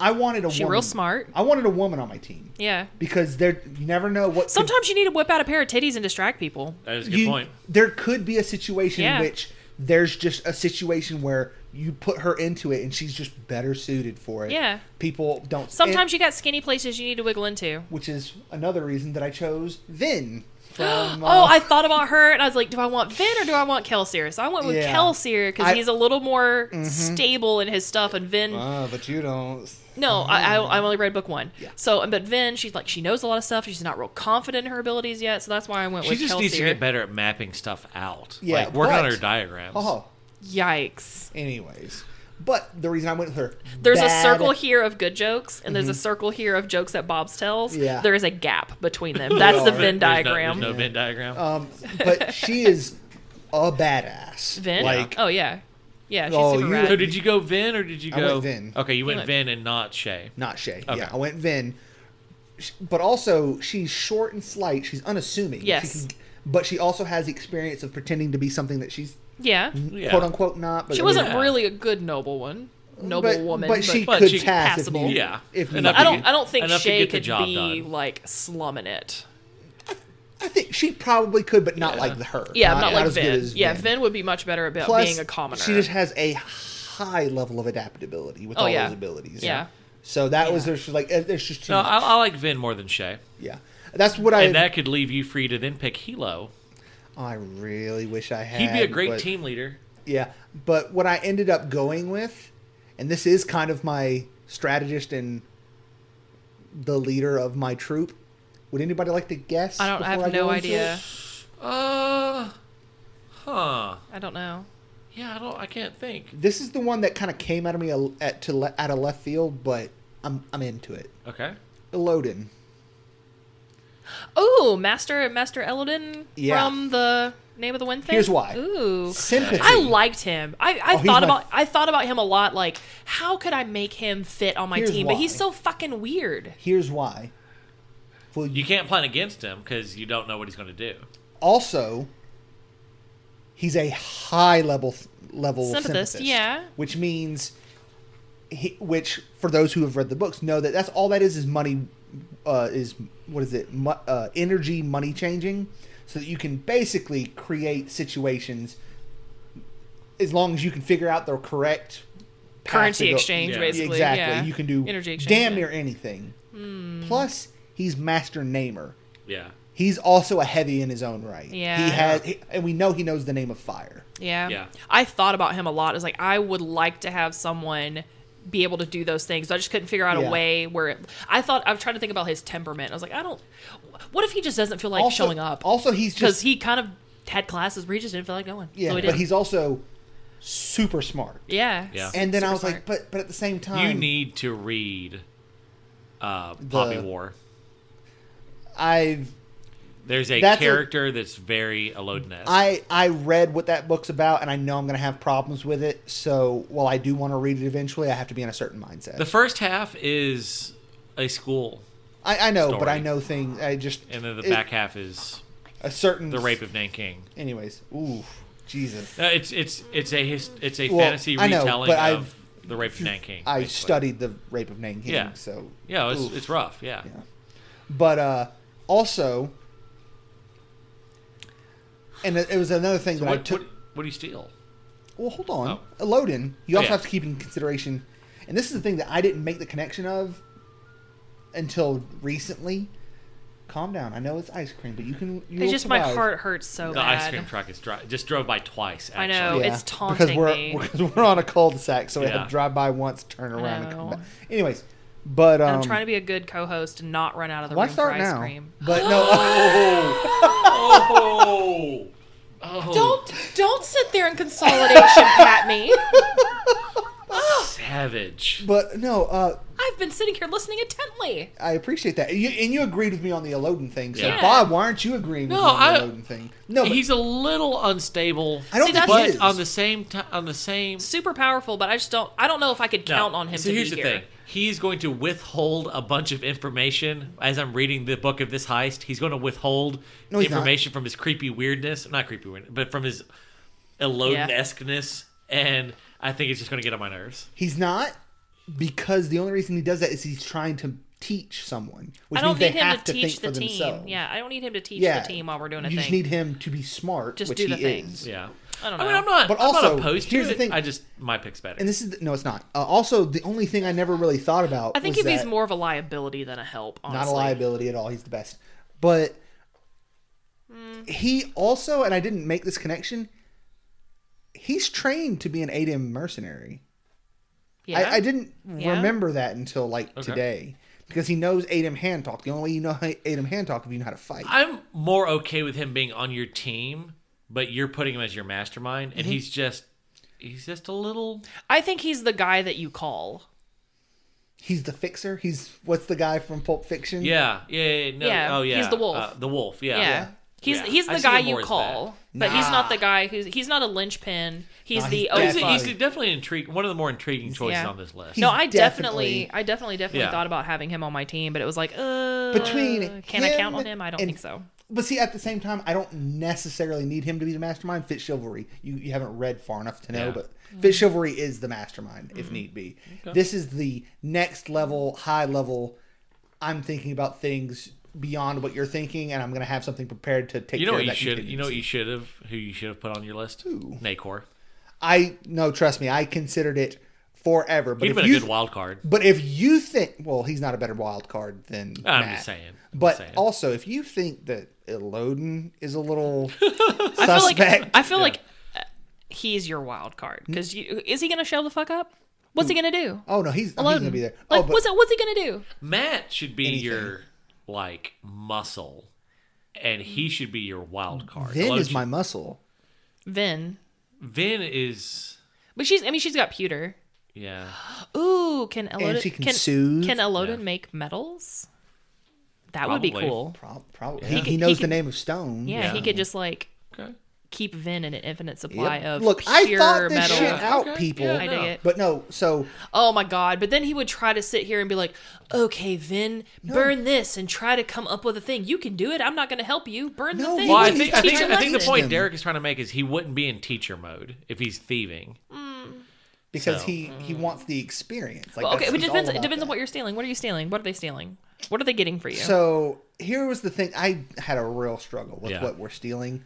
Speaker 3: I wanted a
Speaker 4: She
Speaker 3: woman.
Speaker 4: real smart.
Speaker 3: I wanted a woman on my team
Speaker 4: Yeah.
Speaker 3: because there you never know what could-
Speaker 4: Sometimes you need to whip out a pair of titties and distract people.
Speaker 2: That is a good
Speaker 3: you-
Speaker 2: point.
Speaker 3: There could be a situation
Speaker 4: Yeah.
Speaker 3: in which there's just a situation where you put her into it and she's just better suited for it.
Speaker 4: Yeah.
Speaker 3: People don't
Speaker 4: Sometimes you got skinny places you need to wiggle into.
Speaker 3: which is another reason that I chose Vin from
Speaker 4: Oh,
Speaker 3: uh,
Speaker 4: I thought about her and I was like, do I want Vin or do I want Kelsier? So I went with
Speaker 3: Yeah.
Speaker 4: Kelsier because
Speaker 3: I-
Speaker 4: he's a little more stable in his stuff. And Vin,
Speaker 3: Ah, but you don't
Speaker 4: no, I, I, I've only read book one.
Speaker 3: Yeah.
Speaker 4: So, but Vin, she's like, she knows a lot of stuff. She's not real confident in her abilities yet. So that's why I went
Speaker 2: She
Speaker 4: with
Speaker 2: just
Speaker 4: Kelsier.
Speaker 2: needs to get better at mapping stuff out.
Speaker 3: Yeah,
Speaker 2: like work on
Speaker 3: but-
Speaker 2: her diagrams.
Speaker 3: Oh,
Speaker 4: Yikes.
Speaker 3: anyways, but the reason I went with her
Speaker 4: There's
Speaker 3: bad-
Speaker 4: a circle here of good jokes, and
Speaker 2: Mhm.
Speaker 4: there's a circle here of jokes that Bob's tells.
Speaker 3: Yeah.
Speaker 4: There is a gap between them. That's the
Speaker 3: are.
Speaker 4: Venn
Speaker 2: There's no-
Speaker 4: diagram.
Speaker 2: There's no Venn diagram.
Speaker 3: Um, but she is a badass.
Speaker 4: Vin?
Speaker 3: like
Speaker 4: oh, yeah. Yeah, she's
Speaker 3: Oh,
Speaker 4: super
Speaker 3: you-
Speaker 4: rad.
Speaker 2: so did you go Vin or did you
Speaker 3: I
Speaker 2: go
Speaker 3: went Vin.
Speaker 2: Okay, you went
Speaker 4: went-
Speaker 2: Vin and not Shay.
Speaker 3: not Shay.
Speaker 2: Okay.
Speaker 3: Yeah, I went Vin, Sh- but also she's short and slight. She's unassuming. She
Speaker 4: Yes.
Speaker 3: can- but she also has the experience of pretending to be something that she's
Speaker 4: yeah.
Speaker 2: Yeah.
Speaker 3: quote unquote not. But
Speaker 4: She
Speaker 3: I mean,
Speaker 4: wasn't
Speaker 2: Yeah.
Speaker 4: really a good noble one. Noble
Speaker 3: but,
Speaker 4: woman.
Speaker 3: but she
Speaker 2: but
Speaker 3: could
Speaker 2: she-
Speaker 3: pass
Speaker 4: passable.
Speaker 3: if needed.
Speaker 2: Yeah. Enough
Speaker 3: if needed.
Speaker 2: to
Speaker 4: I don't
Speaker 2: get-
Speaker 4: I don't think
Speaker 2: enough to
Speaker 4: Shay
Speaker 2: get the
Speaker 4: could
Speaker 2: job
Speaker 4: be
Speaker 2: done.
Speaker 4: like slumming it.
Speaker 3: I think she probably could, but not
Speaker 2: Yeah.
Speaker 3: like her.
Speaker 4: Yeah, not, like
Speaker 3: as good
Speaker 4: Vin.
Speaker 3: as
Speaker 4: Yeah, Vin would be much better about
Speaker 3: Plus,
Speaker 4: being a commoner.
Speaker 3: She just has a high level of adaptability with
Speaker 4: Oh,
Speaker 3: all
Speaker 4: yeah.
Speaker 3: those abilities.
Speaker 4: Yeah.
Speaker 3: So that was there's like eh, there's just too
Speaker 2: No, I,
Speaker 3: much.
Speaker 2: I like Vin more than Shay.
Speaker 3: yeah. That's what I.
Speaker 2: And that could leave you free to then pick Hilo.
Speaker 3: I really wish I had.
Speaker 2: He'd be a great
Speaker 3: but-
Speaker 2: team leader.
Speaker 3: Yeah, but what I ended up going with, and this is kind of my strategist and the leader of my troop. Would anybody like to guess?
Speaker 4: I don't I
Speaker 3: before
Speaker 4: have no
Speaker 3: go into
Speaker 4: idea.
Speaker 3: it?
Speaker 2: Uh huh.
Speaker 4: I don't know.
Speaker 2: Yeah, I don't I can't think.
Speaker 3: This is the one that kind of came out of me a- at to le- out of left field, but I'm I'm into it.
Speaker 2: Okay.
Speaker 3: Elodin.
Speaker 4: Oh, Master Master Elodin
Speaker 3: Yeah.
Speaker 4: from the name of the wind thing.
Speaker 3: Here's why.
Speaker 4: Ooh.
Speaker 3: Sympathy.
Speaker 4: I liked him. I, I
Speaker 3: Oh, he's
Speaker 4: thought
Speaker 3: my-
Speaker 4: about I thought about him a lot. Like, how could I make him fit on my
Speaker 3: Here's
Speaker 4: team? But he's
Speaker 3: why.
Speaker 4: so fucking weird.
Speaker 3: Here's why. Well,
Speaker 2: You can't plan against him because you don't know what he's going to do.
Speaker 3: also he's a high level level
Speaker 4: Sympathist,
Speaker 3: sympathist,
Speaker 4: yeah.
Speaker 3: which means he, which for those who have read the books know that that's all that is is money uh, is what is it Mo- uh, energy money changing so that you can basically create situations as long as you can figure out the correct path
Speaker 4: Currency
Speaker 3: to go-
Speaker 4: exchange,
Speaker 2: Yeah.
Speaker 4: basically.
Speaker 3: exactly
Speaker 4: yeah.
Speaker 3: you can do
Speaker 4: energy exchange.
Speaker 3: damn
Speaker 4: yeah.
Speaker 3: near
Speaker 4: Hmm.
Speaker 3: anything plus he's master namer
Speaker 2: Yeah.
Speaker 3: he's also a heavy in his own right.
Speaker 4: Yeah.
Speaker 3: He has, he- and we know he knows the name of fire.
Speaker 4: Yeah.
Speaker 2: Yeah.
Speaker 4: I thought about him a lot. It's like I would like to have someone be able to do those things. I just couldn't figure out
Speaker 3: Yeah.
Speaker 4: a way where it, I thought I was trying to think about his temperament. I was like, I don't what if he just doesn't feel like
Speaker 3: also,
Speaker 4: showing up?
Speaker 3: Also, he's
Speaker 4: Because
Speaker 3: just
Speaker 4: he kind of had classes where he just didn't feel like going.
Speaker 3: yeah,
Speaker 4: so he
Speaker 3: but
Speaker 4: didn't.
Speaker 3: he's also super smart.
Speaker 4: yeah.
Speaker 2: Yeah.
Speaker 3: And then I
Speaker 4: Super
Speaker 3: was
Speaker 4: smart.
Speaker 3: like, but but at the same time,
Speaker 2: You need to read uh, Poppy
Speaker 3: The-
Speaker 2: War.
Speaker 3: I've
Speaker 2: There's a
Speaker 3: That's a-
Speaker 2: character that's very Elodin-esque.
Speaker 3: I I read what that book's about, and I know I'm gonna have problems with it. So while I do want to read it eventually, I have to be in a certain mindset.
Speaker 2: the first half is a school,
Speaker 3: I, I know, but
Speaker 2: story.
Speaker 3: I know things. I just
Speaker 2: and then the
Speaker 3: it-
Speaker 2: back half is
Speaker 3: a certain
Speaker 2: the rape of Nanking.
Speaker 3: Anyways, ooh, Jesus.
Speaker 2: No, it's it's it's a his, it's a
Speaker 3: Well,
Speaker 2: fantasy
Speaker 3: I know,
Speaker 2: retelling
Speaker 3: but
Speaker 2: of
Speaker 3: I've-
Speaker 2: the rape of Nanking.
Speaker 3: I
Speaker 2: basically.
Speaker 3: studied the rape of Nanking,
Speaker 2: Yeah.
Speaker 3: so
Speaker 2: Yeah, it's,
Speaker 3: oof.
Speaker 2: it's rough. Yeah.
Speaker 3: But uh, also, and it, it was another thing that I
Speaker 2: What,
Speaker 3: took.
Speaker 2: what, what do you steal?
Speaker 3: well, hold on.
Speaker 2: Oh.
Speaker 3: A load in. You
Speaker 2: Oh,
Speaker 3: also
Speaker 2: yeah.
Speaker 3: have to keep in consideration, and this is the thing that I didn't make the connection of until recently. Calm down. I know it's ice cream, but you can. You
Speaker 4: It's
Speaker 3: will
Speaker 4: just my
Speaker 3: survive.
Speaker 4: heart hurts so
Speaker 2: The
Speaker 4: bad.
Speaker 2: ice cream truck is dri- just drove by twice. Actually.
Speaker 4: I know. Oh,
Speaker 3: because
Speaker 4: it's taunting
Speaker 3: we're,
Speaker 4: me.
Speaker 3: Because we're on a cul-de-sac, so we had
Speaker 2: Yeah.
Speaker 3: to drive by once, turn around, and come
Speaker 4: know.
Speaker 3: back. Anyways, but um,
Speaker 4: I'm trying to be a good co-host and not run out of the
Speaker 3: why
Speaker 4: room for
Speaker 3: start
Speaker 4: ice
Speaker 3: now?
Speaker 4: cream.
Speaker 3: But no, oh,
Speaker 2: Oh, oh,
Speaker 4: Don't don't sit there and consolidation pat me.
Speaker 2: savage.
Speaker 3: but no. Uh,
Speaker 4: I've been sitting here listening intently.
Speaker 3: I appreciate that, and you, and you agreed with me on the Elodin thing. So
Speaker 2: Yeah.
Speaker 3: Bob, why aren't you agreeing with
Speaker 2: No,
Speaker 3: me on
Speaker 2: I-
Speaker 3: the Elodin thing? No, but
Speaker 2: He's a little unstable.
Speaker 3: I don't
Speaker 4: See,
Speaker 3: think
Speaker 4: that's-
Speaker 2: but
Speaker 3: he is.
Speaker 2: on the same time, on the same
Speaker 4: Super powerful, but I just don't. I don't know if I could
Speaker 2: No.
Speaker 4: count on him
Speaker 2: So
Speaker 4: to
Speaker 2: here's
Speaker 4: be
Speaker 2: the
Speaker 4: here.
Speaker 2: thing: he's going to withhold a bunch of information as I'm reading the book of this heist. He's going to withhold
Speaker 3: No, he's not.
Speaker 2: information from his creepy weirdness, not creepy weirdness, but from his Elodin-esqueness, and I think it's just going to get on my nerves.
Speaker 3: he's not because the only reason he does that is he's trying to teach someone, which
Speaker 4: I
Speaker 3: means
Speaker 4: don't
Speaker 3: they
Speaker 4: need him
Speaker 3: have
Speaker 4: to
Speaker 3: think
Speaker 4: teach
Speaker 3: for
Speaker 4: the team.
Speaker 3: themselves.
Speaker 4: Yeah, I don't need him to teach
Speaker 3: yeah.
Speaker 4: the team while we're doing a
Speaker 3: you
Speaker 4: thing.
Speaker 3: just need him to be smart,
Speaker 4: Just
Speaker 3: which
Speaker 4: do the
Speaker 3: he
Speaker 4: thing.
Speaker 3: is.
Speaker 2: Yeah,
Speaker 4: I don't
Speaker 2: I mean,
Speaker 4: know.
Speaker 2: I'm not.
Speaker 3: But
Speaker 2: I'm not
Speaker 3: also,
Speaker 2: opposed to
Speaker 3: here's the
Speaker 2: it.
Speaker 3: thing-
Speaker 2: I just my pick's better.
Speaker 3: And this is no, it's not. Uh, also, the only thing I never really thought about.
Speaker 4: I think
Speaker 3: was
Speaker 4: if he's
Speaker 3: that-
Speaker 4: more of a liability than a help. Honestly.
Speaker 3: not a liability at all. He's the best. But
Speaker 4: Hmm.
Speaker 3: he also, and I didn't make this connection. He's trained to be an ADM mercenary.
Speaker 4: Yeah.
Speaker 3: I, I didn't
Speaker 4: Yeah.
Speaker 3: remember that until like today because he knows ADM hand talk. The only way you know how ADM hand talk is if you know how to fight.
Speaker 2: I'm more okay with him being on your team, but you're putting him as your mastermind,
Speaker 3: Mm-hmm.
Speaker 2: and he's just he's just a little.
Speaker 4: I think he's the guy that you call.
Speaker 3: He's the fixer. He's what's the guy from Pulp Fiction?
Speaker 2: Yeah, yeah, yeah, no,
Speaker 4: Yeah,
Speaker 2: oh
Speaker 4: he's
Speaker 2: yeah,
Speaker 4: the wolf.
Speaker 2: uh, the wolf, yeah,
Speaker 4: Yeah. He's
Speaker 2: Yeah.
Speaker 4: he's
Speaker 2: I
Speaker 4: the
Speaker 2: see
Speaker 4: guy
Speaker 2: him more
Speaker 4: you
Speaker 2: as
Speaker 4: call, but he's not the guy who's he's not a linchpin. He's
Speaker 3: Nah,
Speaker 4: the
Speaker 3: he's
Speaker 4: oh
Speaker 2: He's,
Speaker 3: Yeah,
Speaker 4: fuck.
Speaker 2: he's definitely intriguing. One of the more intriguing choices
Speaker 4: Yeah.
Speaker 2: on this list.
Speaker 4: no,
Speaker 3: he's
Speaker 4: I definitely,
Speaker 3: definitely-
Speaker 4: I definitely, definitely
Speaker 2: Yeah.
Speaker 4: thought about having him on my team, but it was like, uh,
Speaker 3: Between
Speaker 4: can I count on him? I don't
Speaker 3: and-
Speaker 4: think so.
Speaker 3: But see, at the same time, I don't necessarily need him to be the mastermind. Fitz Chivalry, you, you haven't read far enough to know,
Speaker 2: Yeah. Mm-hmm.
Speaker 3: but Fitz Chivalry is the mastermind, if need be. This is the next level, high level. I'm thinking about things beyond what you're thinking, and I'm going to have something prepared to take
Speaker 2: You know
Speaker 3: care
Speaker 2: what
Speaker 3: of
Speaker 2: you
Speaker 3: that.
Speaker 2: should. You know what
Speaker 3: contingency.
Speaker 2: you should have. Who you should have put on your list? Nacor.
Speaker 3: I no, trust me, I considered it forever. But
Speaker 2: He'd
Speaker 3: if
Speaker 2: been
Speaker 3: you,
Speaker 2: a good wild card.
Speaker 3: But if you think, well, he's not a better wild card than
Speaker 2: I'm
Speaker 3: Matt.
Speaker 2: just saying. I'm
Speaker 3: but
Speaker 2: just saying.
Speaker 3: also, if you think that Elodin is a little
Speaker 4: I feel like
Speaker 3: suspect,
Speaker 4: I feel like uh, he's your wild card because is he gonna show the fuck up? What's he gonna do?
Speaker 3: oh no, he's, he's
Speaker 4: Alone.
Speaker 3: gonna be there.
Speaker 4: Like,
Speaker 3: oh, but
Speaker 4: what's what's he gonna do?
Speaker 2: Matt should be
Speaker 3: Anything.
Speaker 2: your like muscle, and he should be your wild card.
Speaker 3: Mm. Vin
Speaker 2: Alone
Speaker 3: is
Speaker 2: should-
Speaker 3: my muscle.
Speaker 4: Vin,
Speaker 2: Vin is
Speaker 4: but she's I mean she's got pewter.
Speaker 2: yeah.
Speaker 4: Ooh, can Elodin
Speaker 3: she can soothe.
Speaker 4: Can Elodin make metals? That would be
Speaker 2: Probably.
Speaker 4: cool.
Speaker 3: Prob- Probably
Speaker 2: He
Speaker 3: he,
Speaker 4: could- he
Speaker 3: knows the
Speaker 4: could-
Speaker 3: name of stone.
Speaker 4: Yeah, he could just like
Speaker 2: Okay.
Speaker 4: keep Vin in an infinite
Speaker 3: Yep.
Speaker 4: supply of
Speaker 3: Look,
Speaker 4: pure
Speaker 3: I thought this
Speaker 4: metal.
Speaker 3: shit out,
Speaker 2: Okay,
Speaker 3: people.
Speaker 2: yeah,
Speaker 4: I dig it.
Speaker 3: But no, so
Speaker 4: Oh my god! But then he would try to sit here and be like, "Okay, Vin, burn this and try to come up with a thing. You can do it. I'm not going to help you. Burn
Speaker 3: No,
Speaker 4: the thing."
Speaker 3: he
Speaker 2: Well, I
Speaker 3: wouldn't
Speaker 2: think I
Speaker 4: Teach
Speaker 2: think,
Speaker 4: him
Speaker 2: I think the
Speaker 4: lesson.
Speaker 2: point
Speaker 3: him.
Speaker 2: Derek is trying to make is he wouldn't be in teacher mode if he's thieving.
Speaker 3: because
Speaker 2: So, mm.
Speaker 3: he he wants the experience. Like,
Speaker 4: Well, okay,
Speaker 3: that's-
Speaker 4: but it
Speaker 3: he's all
Speaker 4: depends. It
Speaker 3: about
Speaker 4: depends on
Speaker 3: that.
Speaker 4: what you're stealing. What are you stealing? What are they stealing? What are they getting for you?
Speaker 3: So here was the thing. I had a real struggle with
Speaker 2: Yeah.
Speaker 3: what we're stealing.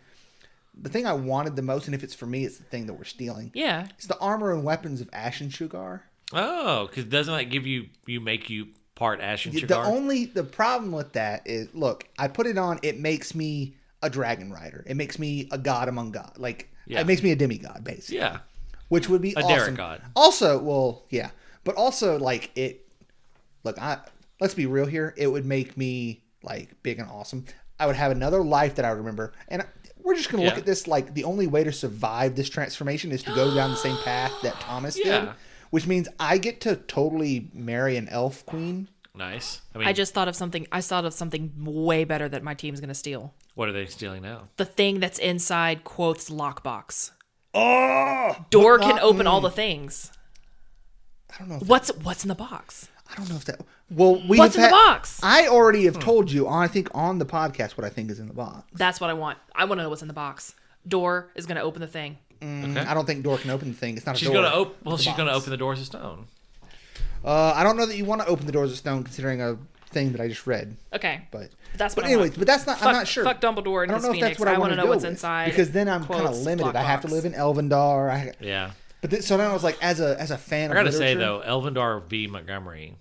Speaker 3: The thing I wanted the most, and if it's for me, it's the thing that we're stealing.
Speaker 4: yeah,
Speaker 3: It's the armor and weapons of Ashen Shugar.
Speaker 2: Oh, because doesn't that give you you make you part ash and
Speaker 3: The
Speaker 2: cigar?
Speaker 3: only the problem with that is, look, I put it on. It makes me a dragon rider. It makes me a god among god. Like
Speaker 2: Yeah.
Speaker 3: it makes me a demigod, basically.
Speaker 2: yeah.
Speaker 3: which would be
Speaker 2: A
Speaker 3: awesome.
Speaker 2: Derek God.
Speaker 3: Also, well, yeah, but also like it. Look, I let's be real here. It would make me like big and awesome. I would have another life that I would remember, and we're just gonna look
Speaker 2: Yeah.
Speaker 3: at this like the only way to survive this transformation is to go down the same path that Thomas did,
Speaker 2: Yeah.
Speaker 3: which means I get to totally marry an elf queen.
Speaker 2: Nice. I mean,
Speaker 4: I just thought of something. I thought of something way better that my team's going to steal.
Speaker 2: what are they stealing now?
Speaker 4: The thing that's inside quotes lockbox.
Speaker 3: Oh,
Speaker 4: Door can open all the things.
Speaker 3: I don't know. If
Speaker 4: What's what's in the box?
Speaker 3: I don't know if that. Well, we
Speaker 4: What's
Speaker 3: have
Speaker 4: in the
Speaker 3: had-
Speaker 4: box?
Speaker 3: I already
Speaker 2: Hmm.
Speaker 3: have told you. I think on the podcast what I think is in the box.
Speaker 4: That's what I want. I want to know what's in the box. Door is going to open the thing.
Speaker 3: I don't think door can open the thing. It's not.
Speaker 2: She's
Speaker 3: a door.
Speaker 2: gonna open. Well,
Speaker 3: It's a
Speaker 2: she's gonna
Speaker 3: box.
Speaker 2: open the doors of stone.
Speaker 3: Uh, I don't know that you want to open the doors of stone, considering a thing that I just read.
Speaker 4: Okay.
Speaker 3: But
Speaker 4: That's
Speaker 3: but
Speaker 4: what I want.
Speaker 3: anyways, but that's not.
Speaker 4: Fuck-
Speaker 3: I'm not sure.
Speaker 4: fuck Dumbledore and
Speaker 3: I don't
Speaker 4: his
Speaker 3: know if
Speaker 4: Phoenix.
Speaker 3: that's what I,
Speaker 4: I
Speaker 3: want
Speaker 4: wanna
Speaker 3: to
Speaker 4: know
Speaker 3: go
Speaker 4: what's
Speaker 3: with,
Speaker 4: inside.
Speaker 3: because then I'm kind of
Speaker 4: Quotes,
Speaker 3: limited. I
Speaker 4: black
Speaker 3: have to
Speaker 4: box.
Speaker 3: live in Elvendar. I,
Speaker 2: Yeah.
Speaker 3: but then, so now it's like as a as a fan.
Speaker 2: I gotta
Speaker 3: of
Speaker 2: say
Speaker 3: literature,
Speaker 2: though, Elvendar v Montgomery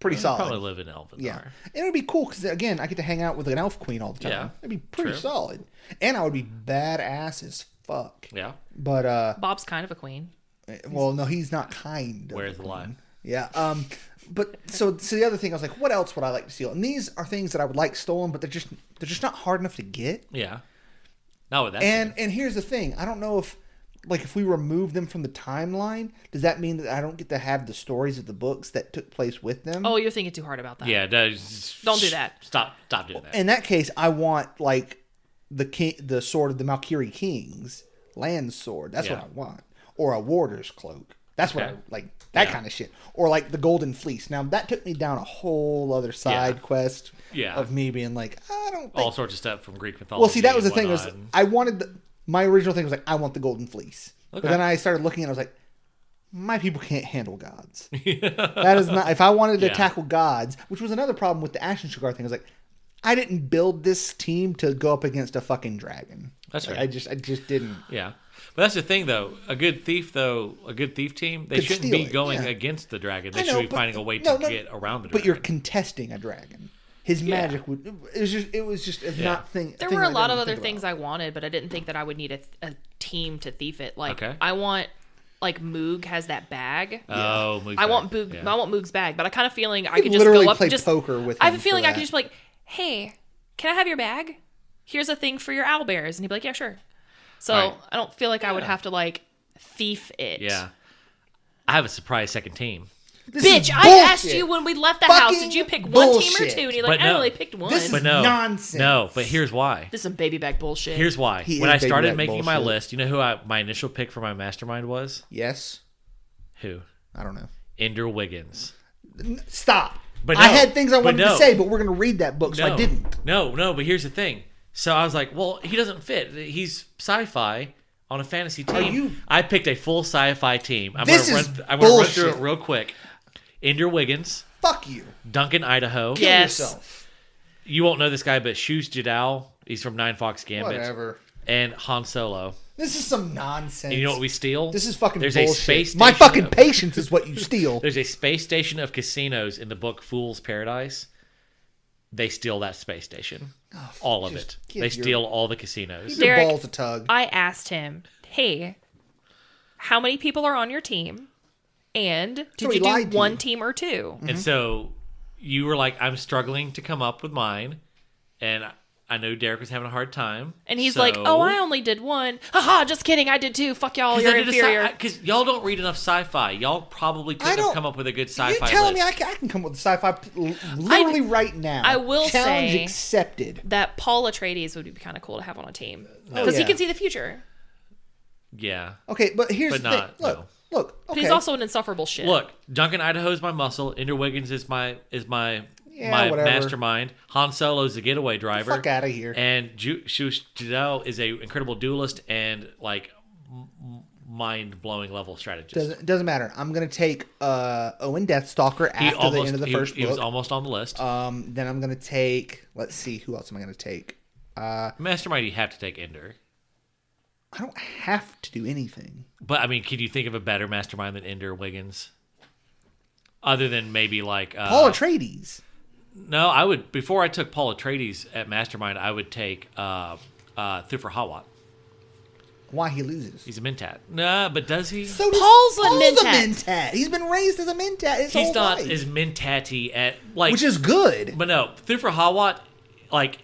Speaker 3: pretty
Speaker 2: I'd
Speaker 3: solid.
Speaker 2: probably live in Elvendar.
Speaker 3: Yeah, and it would be cool because again, I get to hang out with an elf queen all the time.
Speaker 2: Yeah,
Speaker 3: it'd be pretty
Speaker 2: true.
Speaker 3: solid, and I would be badass as fuck.
Speaker 2: Yeah.
Speaker 3: But uh,
Speaker 4: Bob's kind of a queen.
Speaker 3: well, no, he's not kind. of
Speaker 2: Where's the line?
Speaker 3: Yeah. Um. But so so the other thing, I was like, what else would I like to steal? And these are things that I would like stolen, but they're just they're just not hard enough to get.
Speaker 2: Yeah. Not with that.
Speaker 3: And and here's the thing, I don't know if like if we remove them from the timeline, does that mean that I don't get to have the stories of the books that took place with them?
Speaker 4: Oh, you're thinking too hard about that.
Speaker 2: yeah, no, s-
Speaker 4: Don't do that.
Speaker 2: Stop stop doing that.
Speaker 3: In that case, I want like the king, the sword of the Malkiri kings, land sword. That's
Speaker 2: Yeah.
Speaker 3: what I want, or a warder's cloak. That's what I
Speaker 2: Okay.
Speaker 3: like. That
Speaker 2: Yeah.
Speaker 3: kind of shit, or like the golden fleece. Now that took me down a whole other side
Speaker 2: Yeah.
Speaker 3: quest
Speaker 2: Yeah.
Speaker 3: of me being like, I don't. Think...
Speaker 2: All sorts of stuff from Greek mythology.
Speaker 3: well, see, that was the
Speaker 2: and
Speaker 3: thing. Was
Speaker 2: whatnot.
Speaker 3: I wanted the, my original thing was like I want the golden fleece,
Speaker 2: Okay.
Speaker 3: but then I started looking and I was like, my people can't handle gods. That is not. If I wanted to
Speaker 2: Yeah.
Speaker 3: tackle gods, which was another problem with the Ashen Sugar thing, I was like, I didn't build this team to go up against a fucking dragon.
Speaker 2: That's
Speaker 3: like,
Speaker 2: fair.
Speaker 3: I just, I just didn't.
Speaker 2: Yeah, but that's the thing, though. A good thief, though, a good thief team, they
Speaker 3: Could
Speaker 2: shouldn't
Speaker 3: steal
Speaker 2: be
Speaker 3: it,
Speaker 2: going
Speaker 3: yeah.
Speaker 2: against the dragon. They
Speaker 3: I know,
Speaker 2: should be
Speaker 3: but-
Speaker 2: finding a way
Speaker 3: no,
Speaker 2: to
Speaker 3: no,
Speaker 2: get around the dragon.
Speaker 3: But you're contesting a dragon. His magic would. It was just. It was just a not thing.
Speaker 4: There
Speaker 3: thing
Speaker 4: were
Speaker 3: that
Speaker 4: a
Speaker 3: I
Speaker 4: lot of
Speaker 3: didn't
Speaker 4: other
Speaker 3: think
Speaker 4: things
Speaker 3: about.
Speaker 4: I wanted, but I didn't think that I would need a, a team to thief it. Like
Speaker 2: Okay.
Speaker 4: I want, like Moog has that bag.
Speaker 2: oh,
Speaker 4: I
Speaker 2: Moog's
Speaker 4: want
Speaker 2: back.
Speaker 4: Boog.
Speaker 2: Yeah.
Speaker 4: I want Moog's bag, but I kind of feeling I could just
Speaker 3: literally
Speaker 4: go up
Speaker 3: play
Speaker 4: and just
Speaker 3: poker with
Speaker 4: I have a
Speaker 3: him for
Speaker 4: feeling I could
Speaker 3: that.
Speaker 4: just be like, "Hey, can I have your bag? Here's a thing for your owl bears," and he'd be like, "Yeah, sure." So
Speaker 2: Right.
Speaker 4: I don't feel like I would have to like thief it.
Speaker 2: Yeah, I have a surprise second team.
Speaker 3: This is
Speaker 4: Bitch, I asked
Speaker 3: bullshit.
Speaker 4: you when we left the house. Did
Speaker 3: Fucking
Speaker 4: you pick one team or
Speaker 3: bullshit.
Speaker 4: two? And you're
Speaker 2: But
Speaker 4: like, I
Speaker 2: no.
Speaker 4: only picked one.
Speaker 3: This
Speaker 2: But
Speaker 3: is-
Speaker 4: this
Speaker 2: no,
Speaker 3: Nonsense.
Speaker 2: No, but here's why.
Speaker 4: is some baby bag bullshit.
Speaker 2: Here's why.
Speaker 3: He
Speaker 2: when
Speaker 3: is
Speaker 2: I
Speaker 3: big
Speaker 2: started
Speaker 3: red
Speaker 2: making my
Speaker 3: bullshit.
Speaker 2: list, you know who I my initial pick for my mastermind was?
Speaker 3: Yes.
Speaker 2: Who?
Speaker 3: I don't know.
Speaker 2: Ender Wiggins.
Speaker 3: Stop.
Speaker 2: But
Speaker 3: I
Speaker 2: no.
Speaker 3: had things I
Speaker 2: But
Speaker 3: wanted
Speaker 2: no.
Speaker 3: to say, but we're gonna read that book, so I didn't.
Speaker 2: No, no, but here's the thing. So I was like, well, he doesn't fit. He's sci-fi on a fantasy team.
Speaker 3: you-
Speaker 2: I picked a full sci-fi team. I'm
Speaker 3: This
Speaker 2: gonna
Speaker 3: is
Speaker 2: run I'm gonna run through it
Speaker 3: bullshit.
Speaker 2: real quick. Ender Wiggins,
Speaker 3: Fuck you.
Speaker 2: Duncan, Idaho.
Speaker 3: Kill
Speaker 4: Yes.
Speaker 3: yourself.
Speaker 2: You won't know this guy, but Shoes Jadal. He's from Nine Fox Gambit.
Speaker 3: Whatever.
Speaker 2: And Han Solo.
Speaker 3: This is some nonsense.
Speaker 2: And you know what we steal?
Speaker 3: This is fucking
Speaker 2: There's
Speaker 3: bullshit.
Speaker 2: a space
Speaker 3: My
Speaker 2: station
Speaker 3: fucking
Speaker 2: of-
Speaker 3: patience is what you steal.
Speaker 2: There's a space station of casinos in the book Fool's Paradise. They steal that space station. all of
Speaker 3: Oh, just
Speaker 2: it.
Speaker 3: get
Speaker 2: They
Speaker 3: your-
Speaker 2: steal all the casinos.
Speaker 3: Your
Speaker 4: Derek,
Speaker 3: balls a tug.
Speaker 4: I asked him, "Hey, how many people are on your team? And did
Speaker 3: So he
Speaker 4: you do
Speaker 3: lied to
Speaker 4: one
Speaker 3: you.
Speaker 4: team or two?
Speaker 3: Mm-hmm.
Speaker 2: And so you were like, I'm struggling to come up with mine. And I- I know Derek was having a hard time.
Speaker 4: And he's like, "Oh, I only did one. Haha, just kidding. I did two. Fuck y'all. You're inferior."
Speaker 2: Because y'all don't read enough sci fi. Y'all probably
Speaker 3: I
Speaker 2: couldn't have
Speaker 3: don't-
Speaker 2: come up with a good sci
Speaker 3: you
Speaker 2: fi
Speaker 3: telling
Speaker 2: list.
Speaker 3: me I can, I can come up with sci-fi p- l- literally right now?
Speaker 4: I will
Speaker 3: Challenge
Speaker 4: say-
Speaker 3: accepted.
Speaker 4: that Paul Atreides would be kind of cool to have on a team because he
Speaker 3: Oh, yeah.
Speaker 4: can see the future.
Speaker 2: Yeah.
Speaker 3: Okay, but here's
Speaker 2: But
Speaker 3: the
Speaker 2: not,
Speaker 3: thing. Look,
Speaker 2: no.
Speaker 3: look. Okay.
Speaker 4: But he's also an insufferable shit.
Speaker 2: Look, Duncan Idaho's my muscle. Ender Wiggins is my is my
Speaker 3: Yeah,
Speaker 2: my
Speaker 3: whatever.
Speaker 2: mastermind. Han Solo's the getaway driver.
Speaker 3: fuck outta here.
Speaker 2: And Ju- Shu Jadal is a incredible duelist and like mind blowing level strategist.
Speaker 3: doesn't doesn't matter. I'm gonna take uh, Owen Deathstalker
Speaker 2: he
Speaker 3: after
Speaker 2: almost
Speaker 3: the end of the
Speaker 2: he,
Speaker 3: first
Speaker 2: he was
Speaker 3: book.
Speaker 2: almost on the list.
Speaker 3: um, then I'm gonna take. Let's see. Who else am I gonna take?
Speaker 2: mastermind, you have to take Ender.
Speaker 3: I don't have to do anything.
Speaker 2: But I mean, could you think of a better mastermind than Ender Wiggins? Other than maybe like uh,
Speaker 3: Paul Atreides.
Speaker 2: no, I would before I took Paul Atreides at Mastermind, I would take uh, uh, Thufir Hawat.
Speaker 3: Why he loses?
Speaker 2: He's a Mentat. Nah, but does he?
Speaker 3: So does-
Speaker 4: Paul's a Mentat.
Speaker 3: Mentat. He's been raised as a mentat his
Speaker 2: he's
Speaker 3: whole
Speaker 2: not
Speaker 3: life,
Speaker 2: as mentatty at like
Speaker 3: which is good.
Speaker 2: but no Thufir Hawat like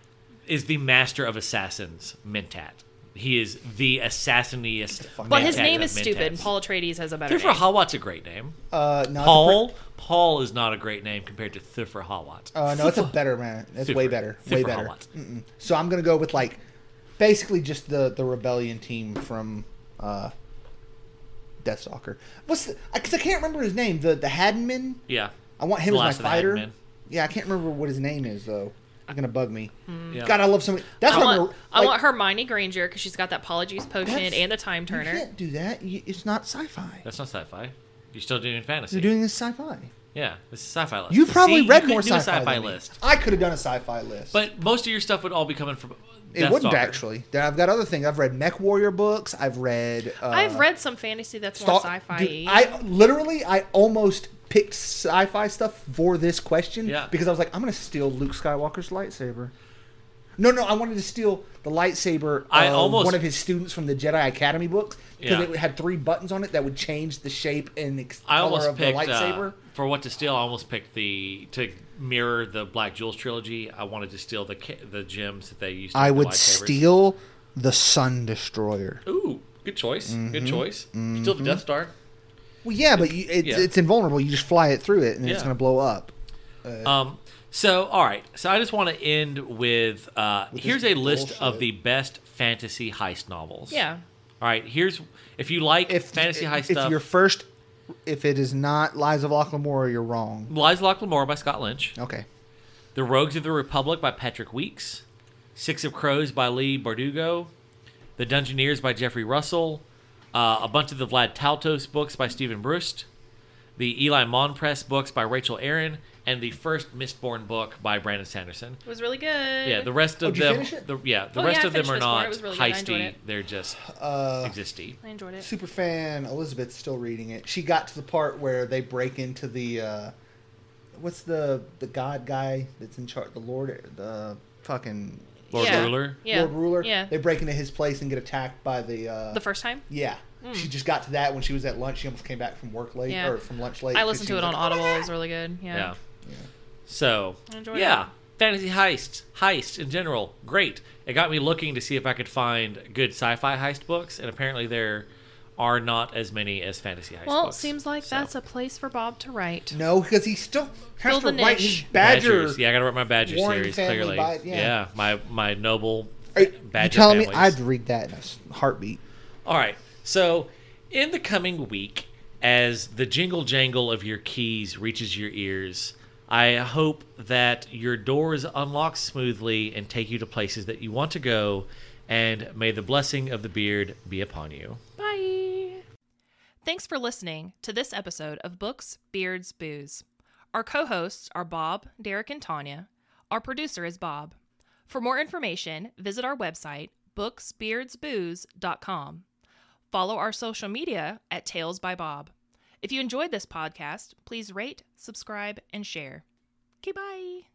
Speaker 2: is the master of assassins mentat he is the assassiniest
Speaker 4: but
Speaker 2: mentat
Speaker 4: his name
Speaker 2: of
Speaker 4: is stupid.
Speaker 2: mentats.
Speaker 4: and Paul Atreides has a better
Speaker 2: Thufir
Speaker 4: name.
Speaker 2: Hawat's a great name
Speaker 3: uh, no, it's a
Speaker 2: Paul Paul is not a great name compared to Thufir Hawat
Speaker 3: pre- uh, no, it's a better man. It's way
Speaker 2: Thufir-
Speaker 3: better. Way
Speaker 2: Thufir
Speaker 3: better.
Speaker 2: Hawat.
Speaker 3: Mm-mm. So I'm gonna go with like basically just the the rebellion team from uh, Deathstalker. What's because I 'cause I can't remember his name. The the Hadman.
Speaker 2: yeah
Speaker 3: I want him
Speaker 2: The
Speaker 3: as
Speaker 2: last
Speaker 3: my
Speaker 2: of the
Speaker 3: fighter.
Speaker 2: Hadmen.
Speaker 3: Yeah, I can't remember what his name is though. It's gonna bug me.
Speaker 2: Hmm. Yeah.
Speaker 3: God, I love somebody. That's
Speaker 4: I
Speaker 3: what
Speaker 4: want,
Speaker 3: I'm gonna.
Speaker 4: I
Speaker 3: like,
Speaker 4: want Hermione Granger because she's got that Polyjuice potion
Speaker 3: That's-
Speaker 4: and the Time
Speaker 3: You
Speaker 4: Turner.
Speaker 3: can't do that. You, it's not sci-fi.
Speaker 2: that's not sci-fi you're still doing fantasy
Speaker 3: You're doing this sci-fi.
Speaker 2: Yeah, this is sci-fi list.
Speaker 3: You probably
Speaker 2: See,
Speaker 3: read
Speaker 2: you
Speaker 3: more
Speaker 2: couldn't do
Speaker 3: sci-fi,
Speaker 2: a sci-fi
Speaker 3: than me.
Speaker 2: list,
Speaker 3: I could have done a sci-fi list,
Speaker 2: but most of your stuff would all be coming from.
Speaker 3: it
Speaker 2: Death
Speaker 3: wouldn't
Speaker 2: Stalker.
Speaker 3: actually. Then I've got other things. I've read Mech Warrior books. I've read. Uh,
Speaker 4: I've read some fantasy that's more
Speaker 3: Stal-
Speaker 4: sci-fi. e.
Speaker 3: Dude, I literally, I almost picked sci-fi stuff for this question
Speaker 2: Yeah.
Speaker 3: because I was like, I'm gonna steal Luke Skywalker's lightsaber. No, no, I wanted to steal the lightsaber.
Speaker 2: I
Speaker 3: of
Speaker 2: almost-
Speaker 3: one of his students from the Jedi Academy books because
Speaker 2: Yeah.
Speaker 3: it had three buttons on it that would change the shape and ex-
Speaker 2: I
Speaker 3: color
Speaker 2: almost
Speaker 3: of
Speaker 2: picked
Speaker 3: the lightsaber.
Speaker 2: uh, for what to steal. I almost picked the to mirror the Black Jewels trilogy. I wanted to steal the ca- the gems that they used. To
Speaker 3: I
Speaker 2: make the
Speaker 3: would
Speaker 2: lightsabers.
Speaker 3: steal the Sun Destroyer.
Speaker 2: Ooh, good choice.
Speaker 3: Mm-hmm.
Speaker 2: Good choice. Steal the Death Star.
Speaker 3: Well, yeah, but you, it's,
Speaker 2: Yeah.
Speaker 3: it's invulnerable. You just fly it through it, and it's
Speaker 2: Yeah.
Speaker 3: going to blow up.
Speaker 2: Um, so, all right. So, I just want to end with uh, here's a list of
Speaker 3: bullshit.
Speaker 2: the best fantasy heist novels.
Speaker 4: yeah.
Speaker 2: All right. Here's if you like
Speaker 3: If
Speaker 2: fantasy
Speaker 3: if,
Speaker 2: heist stuff.
Speaker 3: if your first, if it is not Lies of Locklamore, you're wrong.
Speaker 2: Lies of Lamora by Scott Lynch.
Speaker 3: Okay,
Speaker 2: The Rogues of the Republic by Patrick Weeks. Six of Crows by Lee Bardugo. The Dungeoneers by Jeffrey Russell. Uh, a bunch of the Vlad Taltos books by Stephen Brust. The Eli Monpress books by Rachel Aaron. And the first Mistborn book by Brandon Sanderson.
Speaker 4: It was really good.
Speaker 2: Yeah, the rest of
Speaker 3: did you
Speaker 2: them.
Speaker 3: finish it?
Speaker 2: The, yeah, the
Speaker 4: Oh, yeah,
Speaker 2: rest
Speaker 4: I
Speaker 2: of them
Speaker 4: finished
Speaker 2: are
Speaker 4: this one. It
Speaker 2: not
Speaker 4: was really good. I
Speaker 2: heisty.
Speaker 4: enjoyed it.
Speaker 2: They're just existy.
Speaker 4: I enjoyed it.
Speaker 3: Uh, super fan Elizabeth's still reading it. She got to the part where they break into the, uh, what's the the god guy that's in charge? The Lord, the fucking
Speaker 2: Lord
Speaker 4: yeah.
Speaker 2: Ruler?
Speaker 4: Yeah.
Speaker 3: Lord Ruler.
Speaker 4: Yeah.
Speaker 3: they break into his place and get attacked by the uh,
Speaker 4: the first time?
Speaker 3: Yeah. She just got to that when she was at lunch. She almost came back from work late
Speaker 4: Yeah.
Speaker 3: or from lunch late.
Speaker 4: I
Speaker 3: 'cause
Speaker 4: listened
Speaker 3: she
Speaker 4: to it
Speaker 3: was
Speaker 4: on
Speaker 3: like, "Oh my
Speaker 4: Audible.
Speaker 3: God."
Speaker 4: It was really good.
Speaker 2: Yeah.
Speaker 4: Yeah.
Speaker 2: So
Speaker 4: I enjoyed
Speaker 2: yeah,
Speaker 4: it.
Speaker 2: fantasy heist, heist in general, great. It got me looking to see if I could find good sci-fi heist books, and apparently there are not as many as fantasy heist.
Speaker 4: Well,
Speaker 2: books.
Speaker 4: seems like
Speaker 2: So-
Speaker 4: that's a place for Bob to write.
Speaker 3: No, because he still has
Speaker 4: Fill
Speaker 3: to
Speaker 4: the
Speaker 3: write
Speaker 4: niche.
Speaker 3: his Badger.
Speaker 2: Yeah, I got to write my Badger
Speaker 3: Warren
Speaker 2: series
Speaker 3: family
Speaker 2: clearly.
Speaker 3: by-
Speaker 2: yeah.
Speaker 3: yeah.
Speaker 2: my my noble
Speaker 3: Are you
Speaker 2: Badger.
Speaker 3: telling me
Speaker 2: families.
Speaker 3: I'd read that in a s- heartbeat?
Speaker 2: All right. So, in the coming week, as the jingle jangle of your keys reaches your ears, I hope that your doors unlock smoothly and take you to places that you want to go. And may the blessing of the beard be upon you.
Speaker 4: Bye. Thanks for listening to this episode of Books, Beards, Booze. Our co hosts are Bob, Derek, and Tanya. Our producer is Bob. For more information, visit our website, booksbeardsbooze.com. Follow our social media at Tales by Bob. If you enjoyed this podcast, please rate, subscribe, and share. Okay, bye.